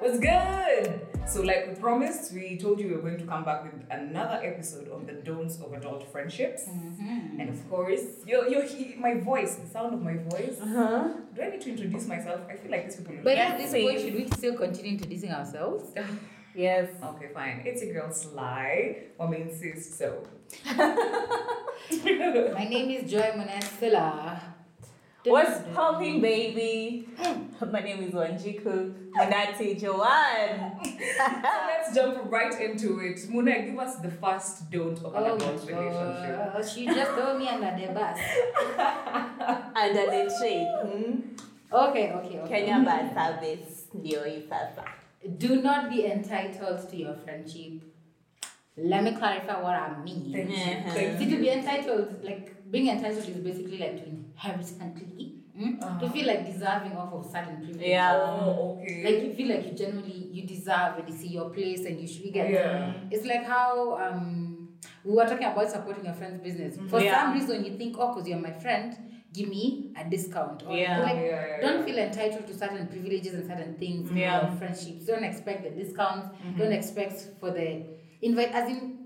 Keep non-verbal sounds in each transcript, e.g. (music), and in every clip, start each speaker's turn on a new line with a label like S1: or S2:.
S1: was good. So, like we promised, we told you we were going to come back with another episode on the don'ts of adult friendships.
S2: Mm-hmm.
S1: And of course, your, your, he- my voice, the sound of my voice.
S3: Uh-huh.
S1: Do I need to introduce myself? I feel like these people.
S2: But
S3: Yeah,
S2: at this
S3: same.
S2: point, should we still continue introducing ourselves?
S3: Yes.
S1: okay, fine. It's a girl, Sly. Mom insists
S2: (laughs)
S1: so.
S2: My name is Joy Monasela.
S3: What's popping, baby? (laughs) My name is Wanjiku Manate Joanne.
S1: Let's jump right into it. Muna, give us the first don't of an
S2: Oh,
S1: adult relationship.
S2: God. Oh, she just threw me under the bus.
S3: Under the tree. Hmm?
S2: Okay, okay, okay.
S3: Kenya Bus Service. Ndio hii sasa.
S2: Do not be entitled to your friendship. Let me clarify what I mean.
S1: Thank you.
S3: Yeah.
S1: Thank
S2: See,
S1: you.
S2: to be entitled, like being entitled is basically like to inherit something, mm? to feel like deserving of of certain privilege.
S3: Yeah.
S1: Oh, okay.
S2: Like you feel like you genuinely you deserve and you see your place and you should get.
S1: Yeah.
S2: It's like how um we were talking about supporting your friend's business. For
S3: Mm-hmm. Yeah.
S2: some reason, you think, oh, because you're my friend, give me a discount. Or,
S3: Yeah.
S2: Like,
S1: Yeah, yeah,
S2: Don't
S1: yeah.
S2: feel entitled to certain privileges and certain things in
S3: Yeah. Mm-hmm.
S2: your friendships. Don't expect the discounts. Don't expect for the invite. As in,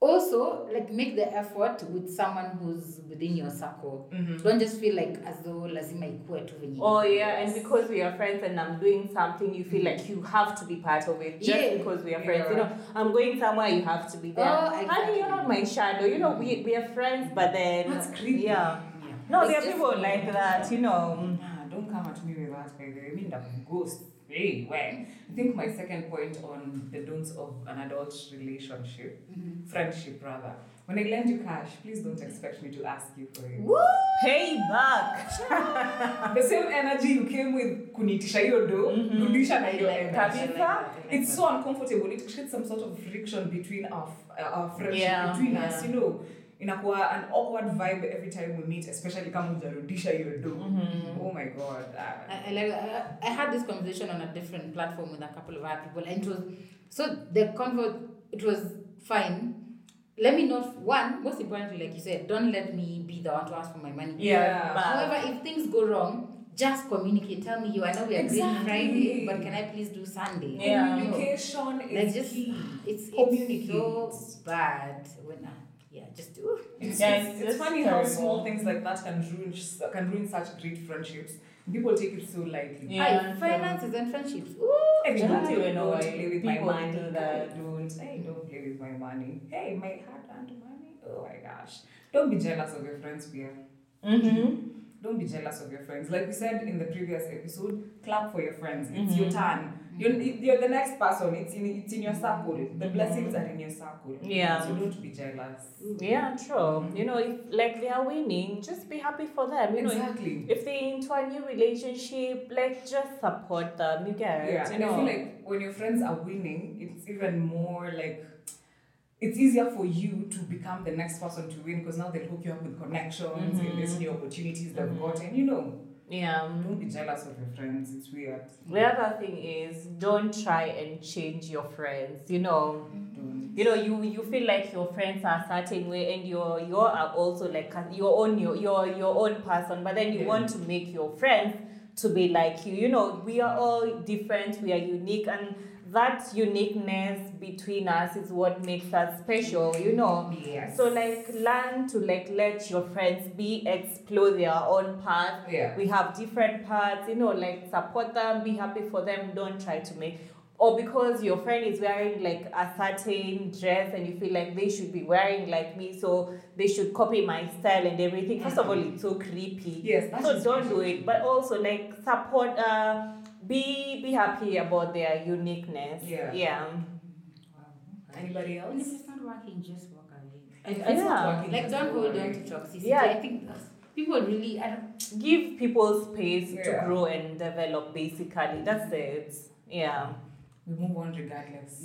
S2: also like make the effort with someone who's within your circle. Don't just feel like as though lazima ikuwe tu venye
S3: Mm-hmm. Oh
S2: iko.
S3: yeah, and because we are friends and I'm doing something, you feel like you have to be part of it just
S2: Yeah.
S3: because we are friends. You
S1: Yeah.
S3: know, I'm going somewhere, you have to be there.
S2: Oh,
S3: Honey, you're
S2: exactly.
S3: not my shadow. You know, we, we are friends, but then
S1: That's creepy.
S3: yeah.
S2: Yeah.
S3: No,
S2: It's
S3: there are
S2: just-
S3: people like that. You know.
S1: Ah, don't come at me with that, baby. I mean, I'm ghost. Hey, where? I think my second point on the don'ts of an adult relationship,
S2: Mm-hmm.
S1: friendship rather. When I lend you cash, please don't expect me to ask you for it.
S3: Woo! Pay back.
S1: The same energy you came with Mm-hmm. kunitisha hiyo do, rudisha na hiyo
S2: I like
S1: energy.
S2: that, I like
S3: Kabisa.
S2: that, I like
S1: It's
S2: that.
S1: so uncomfortable. It creates some sort of friction between our, uh, our friendship,
S3: Yeah,
S1: between
S2: yeah.
S1: us, you know. inakuwa an awkward vibe every time we meet especially kama ujarudisha hiyo do oh my god ah.
S2: I, I, like, I, I had this conversation on a different platform with a couple of other people, and it was so the convo it was fine. Let me not one most importantly, like you said, don't let me be the one to ask for my money.
S1: Yeah.
S3: But-
S2: However, if things go wrong, just communicate. Tell me you. I know we agreed
S1: Exactly.
S2: Friday, but can I please do Sunday?
S3: Yeah.
S2: You know,
S1: Communication
S2: Like
S1: is
S2: just
S1: key.
S2: it's it's
S1: Communicate.
S2: so bad when I, yeah just do.
S1: It's,
S3: Yeah,
S1: it's,
S3: it's
S1: it's
S3: just
S1: funny how
S3: terrible.
S1: small things like that can ruin s- can ruin such great friendships. People take it so lightly.
S3: Yeah,
S2: Aye,
S3: yeah.
S2: finances and friendships. Ooh.
S1: Hey,
S3: Don't
S1: don't,
S3: do it, no
S1: don't
S3: way.
S1: play with
S3: People
S1: my money.
S3: do that.
S1: Don't. Hey, don't play with my money. Hey, my hard earned money. Oh my gosh. Don't be jealous of your friends, Pierre.
S3: Mm-hmm.
S1: Don't be jealous of your friends. Like we said in the previous episode, clap for your friends. It's your
S3: Mm-hmm.
S1: turn. You're, you're the next person. It's in it's in your circle. The blessings are in your circle.
S3: Yeah.
S1: So don't be jealous.
S3: Yeah, true. You know, if like they are winning, just be happy for them. You know, if-
S1: Exactly.
S3: if they into a new relationship, like just support them. You get it,
S1: Yeah,
S3: you
S1: and I
S3: know?
S1: feel like when your friends are winning, it's even more like it's easier for you to become the next person to win because now they'll hook you up with connections and
S3: Mm-hmm.
S1: there's new opportunities they've got. And you know,
S3: yeah.
S1: don't be jealous of your friends, it's weird.
S3: The other thing is don't try and change your friends. You know, you know you you feel like your friends are a certain way, and you're you are also like a- your own your your your own person. But then you
S1: Yeah.
S3: want to make your friends to be like you. You know, we are all different. We are unique, and that uniqueness between us is what makes us special. You know.
S1: Yes.
S3: So like learn to like let your friends be explore their own path
S1: yeah.
S3: we have different parts you know like support them be happy for them don't try to make or because your friend is wearing like a certain dress and you feel like they should be wearing like me so they should copy my style and everything first of all it's so creepy
S1: Yes, that
S3: so
S1: is
S3: don't do
S1: creepy.
S3: it but also like support uh be be happy about their uniqueness
S1: Yeah.
S3: yeah
S1: Anybody
S2: And if
S1: else?
S2: it's not working, just walk away.
S3: it's not
S1: Yeah.
S3: working,
S2: Like don't hold on to toxicity.
S3: Yeah.
S2: I think that's- people really I don't
S3: give people space to
S1: Yeah.
S3: grow and develop basically that's it yeah
S1: We move on regardless.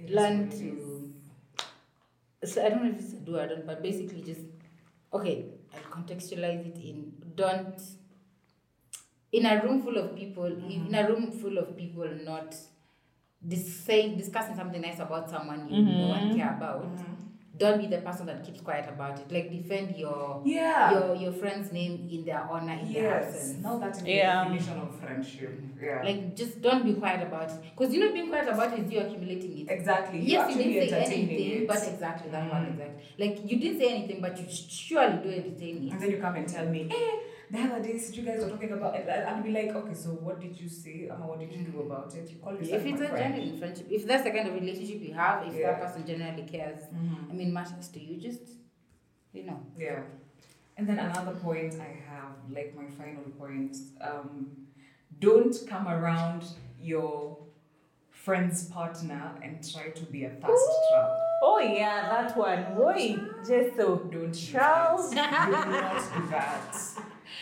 S1: It is
S2: learn
S1: what it is.
S2: to. So I don't know if it's a do or don't, but basically just okay. I'll contextualize it in don't. In a room full of people, in a room full of people, Mm-hmm.
S3: Mm-hmm.
S2: not dis- say discussing something nice about someone you know and care about. don't be the person that keeps quiet about it. Like defend your
S1: Yeah.
S2: your your friend's name in their honor in their
S1: yes.
S2: absence.
S1: Now that's the
S3: Yeah.
S1: definition of friendship. Yeah.
S2: Like just don't be quiet about it. Because you know being quiet about it is you accumulating it.
S1: exactly. You're
S2: yes, you
S1: actually
S2: didn't say
S1: entertaining
S2: anything,
S1: it.
S2: but exactly that one
S1: Mm.
S2: exactly. Like you didn't say anything, but you surely do entertain
S1: And
S2: it.
S1: then you come and tell me, eh, the other days you guys were talking about it. And I'll be like, okay, so what did you say? Um, what did you do about it? You call yourself
S2: If it's
S1: my
S2: a
S1: friend.
S2: genuine friendship, if that's the kind of relationship you have, if
S1: Yeah.
S2: that person generally cares,
S1: Mhm.
S2: I mean matters to you, just you know.
S1: Yeah. And then another point I have, like my final point, um, don't come around your friend's partner and try to be a fast trap.
S3: Oh yeah, that one. Why? Just so.
S1: Don't do that.
S3: Charles.
S1: Do not do
S2: (laughs)
S1: that.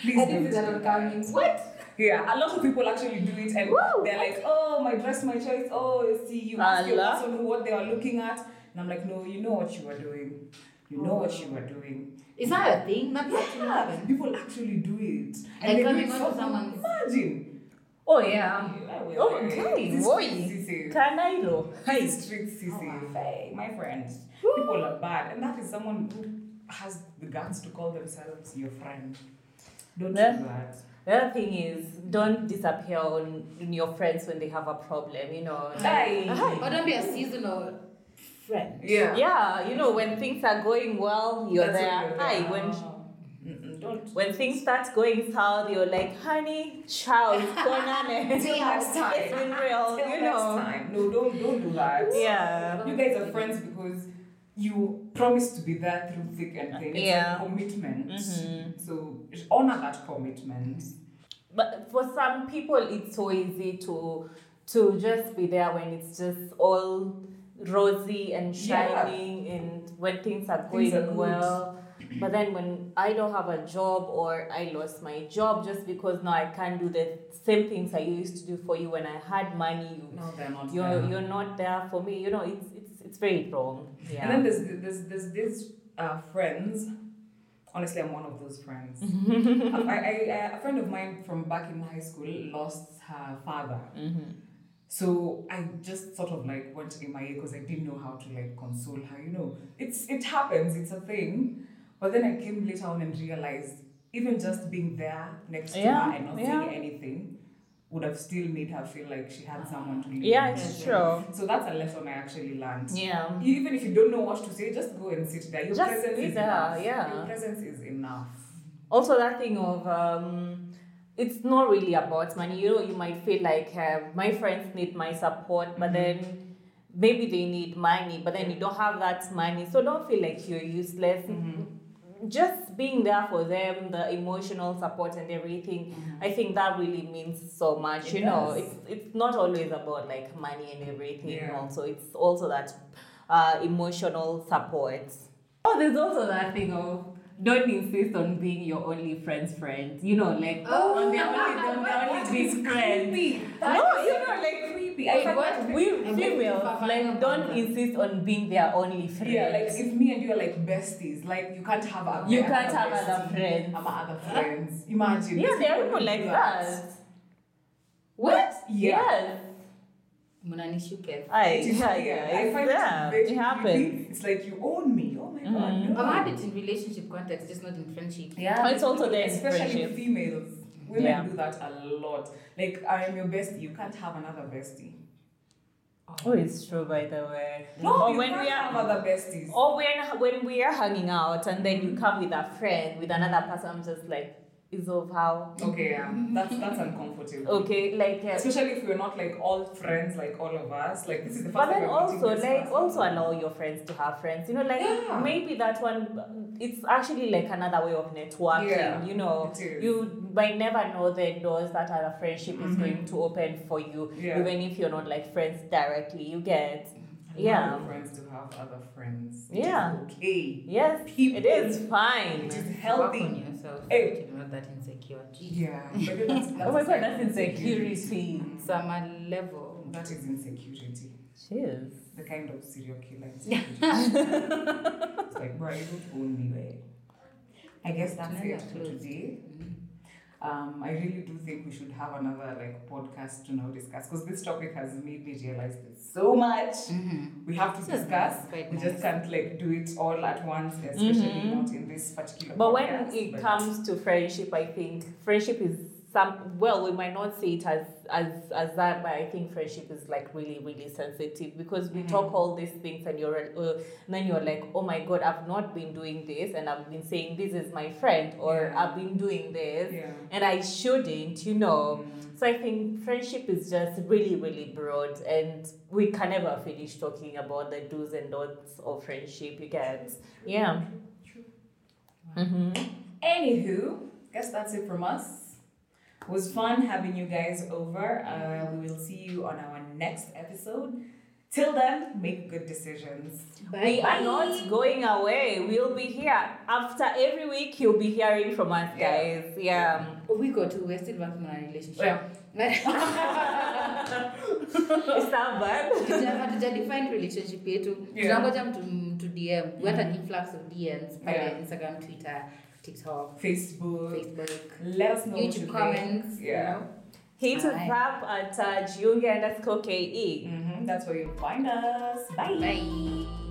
S1: Please
S2: I
S1: don't
S2: think
S1: do
S2: that
S1: that.
S2: I'm coming. What?
S1: Yeah, a lot of people actually do it and
S3: Woo!
S1: they're like, oh, my dress, my choice. Oh, see, you ask your
S3: Allah.
S1: person what they are looking at. And I'm like, no, you know what you are doing. You know what you are doing.
S2: Is that a thing? That's actually
S1: Yeah,
S2: happened.
S1: people actually do it.
S2: Like
S1: they do
S2: coming
S1: it
S2: onto
S1: so-
S2: someone's-
S1: Imagine.
S3: Oh yeah.
S1: Oh,
S3: Oh, guys,
S1: This is
S3: boy.
S1: sissy.
S3: Can I know?
S1: Hey, strict sissy.
S2: Oh, wow.
S1: Hey, my friend. People are bad. And that is someone who has the guts to call themselves your friend. Don't
S3: Yeah.
S1: do that.
S3: The other thing is, don't disappear on on your friends when they have a problem. You know.
S1: Hey.
S2: Uh-huh. Or don't be a seasonal friend.
S1: Yeah.
S3: Yeah, you know when things are going well, you're
S1: That's
S3: there.
S1: what you're
S3: Aye,
S1: there.
S3: when
S1: Mm-mm, don't.
S3: when things start going south, you're like, honey, child, it's
S1: (laughs)
S3: gone on it.
S2: Till next time.
S3: It's been real,
S1: Till
S3: you
S1: next
S3: know.
S1: time. No, don't don't do that.
S3: Yeah.
S1: You guys are friends because you promised to be there through thick and thin. It's
S3: Yeah.
S1: a commitment.
S3: Mhm.
S1: So honor that commitment.
S3: But for some people, it's so easy to to just be there when it's just all rosy and
S1: Yeah.
S3: shining, and when things are
S1: Things
S3: going
S1: are good.
S3: well. But then when I don't have a job or I lost my job just because now I can't do the same things I used to do for you when I had money, you
S1: No, they're not.
S3: you're
S1: there.
S3: you're not there for me. You know, it's it's it's very wrong. Yeah.
S1: And then there's there's there's these uh, friends. Honestly, I'm one of those friends.
S3: (laughs)
S1: I, I, I, a friend of mine from back in high school lost her father.
S3: Mm-hmm.
S1: So I just sort of like went in my ear because I didn't know how to like console her. You know, it's it happens. It's a thing. But then I came later on and realized even just being there next to
S3: Yeah,
S1: her and not
S3: yeah.
S1: saying anything would have still made her feel like she had someone to lean
S3: Yeah,
S1: on.
S2: Yeah.
S3: it's true.
S1: So that's a lesson I actually learned.
S3: Yeah.
S1: Even if you don't know what to say, just go and sit there. Your
S3: Just
S1: presence
S3: be
S1: is
S3: there,
S1: enough.
S3: yeah.
S1: Your presence is enough.
S3: Also, that thing of um, it's not really about money. You know, you might feel like uh, my friends need my support, but then maybe they need money, but then you don't have that money, so don't feel like you're useless.
S1: Mm-hmm.
S3: Just being there for them, the emotional support and everything, I think that really means so much.
S1: It
S3: you know,
S1: does.
S3: it's it's not always about like money and everything.
S1: Yeah.
S3: Also, it's also that uh, emotional support. Oh, there's also that thing of don't insist on being your only friend's friend. You know, like
S2: Oh.
S3: on their only on
S1: (laughs)
S3: their only best friend.
S1: Creepy.
S3: No, you know,
S1: like creepy.
S2: Wait,
S1: I find
S2: what?
S1: that
S3: We
S2: I'm
S3: females
S2: going to
S3: like don't insist on being their only friend.
S1: Yeah, like if me and you are like besties, like you can't have other
S3: You can't have other
S1: bestie.
S3: friends.
S1: I'm other friends. Imagine.
S3: yeah,
S1: these
S3: there are people
S1: who
S3: like
S1: do
S3: that.
S2: What?
S1: Yeah.
S3: Yes.
S2: Munanishuke.
S3: I,
S1: It is
S3: yeah,
S1: weird.
S3: yeah,
S1: I
S3: it's
S1: find
S3: there.
S1: it,
S3: It
S1: very
S3: happens. Mm-hmm.
S1: creepy. It's like you own me. Oh my god. No.
S2: I've had it in relationship context, just not in friendship.
S1: Yeah.
S3: It's also there in
S1: Especially
S3: friendship.
S1: females. Women
S3: Yeah.
S1: do that a lot. Like I am your bestie. You can't have another bestie.
S3: Oh, it's true, by the way.
S1: No,
S3: or
S1: you
S3: when
S1: can't
S3: we are, Oh.
S1: have other besties.
S3: or when when we are hanging out, and then you come with a friend, with another person, I'm just like, is of how?
S1: Okay, yeah. That's that's uncomfortable.
S3: Okay, like. Uh,
S1: Especially if we're not like all friends, like all of us. Like this is the first
S3: but
S1: time
S3: then
S1: we're meeting
S3: also,
S1: this
S3: like,
S1: person.
S3: also allow your friends to have friends. You know, like
S1: Yeah.
S3: maybe that one, it's actually like another way of networking.
S1: Yeah,
S3: You know,
S1: it is. Mm-hmm.
S3: you might never know the doors that other friendship is going to open for you,
S1: Yeah.
S3: even if you're not like friends directly. You get,
S1: Allow
S3: yeah,
S1: your friends to have other friends. It is
S3: Yeah.
S1: Okay.
S3: yes,
S1: People.
S3: it is fine.
S1: It is
S2: Work on
S1: healthy.
S2: yourself.
S1: Hey.
S2: You're not that insecure. Jeez.
S1: Yeah. But then that's, that's
S3: (laughs) Oh my
S1: a
S3: god,
S1: sign
S3: that's
S1: of
S3: insecurity.
S2: Summer level.
S1: That is insecurity.
S3: Cheers.
S1: The kind of serial
S3: (laughs)
S1: killer insecurity. it's
S2: Mm-hmm.
S1: like, bro, you don't own me, way. I guess that's it for today. Um, I really do think we should have another like podcast to now discuss because this topic has made me realize there's so much we have to
S2: This is
S1: discuss.
S2: quite
S1: We just
S2: nice.
S1: can't like do it all at once, especially
S3: Mhm.
S1: not in this particular.
S3: But when
S1: podcast,
S3: it
S1: but-
S3: comes to friendship, I think friendship is some. Well, we might not see it as as as that, but I think friendship is like really really sensitive because we
S1: Mhm.
S3: talk all these things, and you're uh, and then you're like, oh my god, I've not been doing this, and I've been saying this is my friend, or
S1: Yeah.
S3: I've been doing this,
S1: yeah.
S3: and I shouldn't, you know.
S1: Mm.
S3: So I think friendship is just really, really broad, and we can never finish talking about the do's and don'ts of friendship. You get, yeah. Mm-hmm.
S1: Anywho, guess that's it from us. It was fun having you guys over. Uh, we will see you on our next episode. Till then, make good decisions.
S3: We are not going away. We'll be here after every week. You'll be hearing from us,
S1: Yeah.
S3: guys.
S1: (laughs)
S3: Yeah.
S2: We go to. We're still working on our relationship.
S1: Well, (laughs)
S2: (laughs)
S3: It's not bad.
S2: Hatuja- hatujadefine relationship yetu
S1: Yeah.
S2: tunangoja mtu mtu dm what an influx of dms pale
S1: Yeah.
S2: instagram twitter tiktok
S1: Facebook.
S2: facebook
S1: Let us know what you
S2: youtube comments
S1: Think. Yeah.
S3: Hit us
S2: Bye.
S3: up at uh, Junge underscore KE.
S1: Mm-hmm, hmm That's where you'll find us.
S2: you know? bye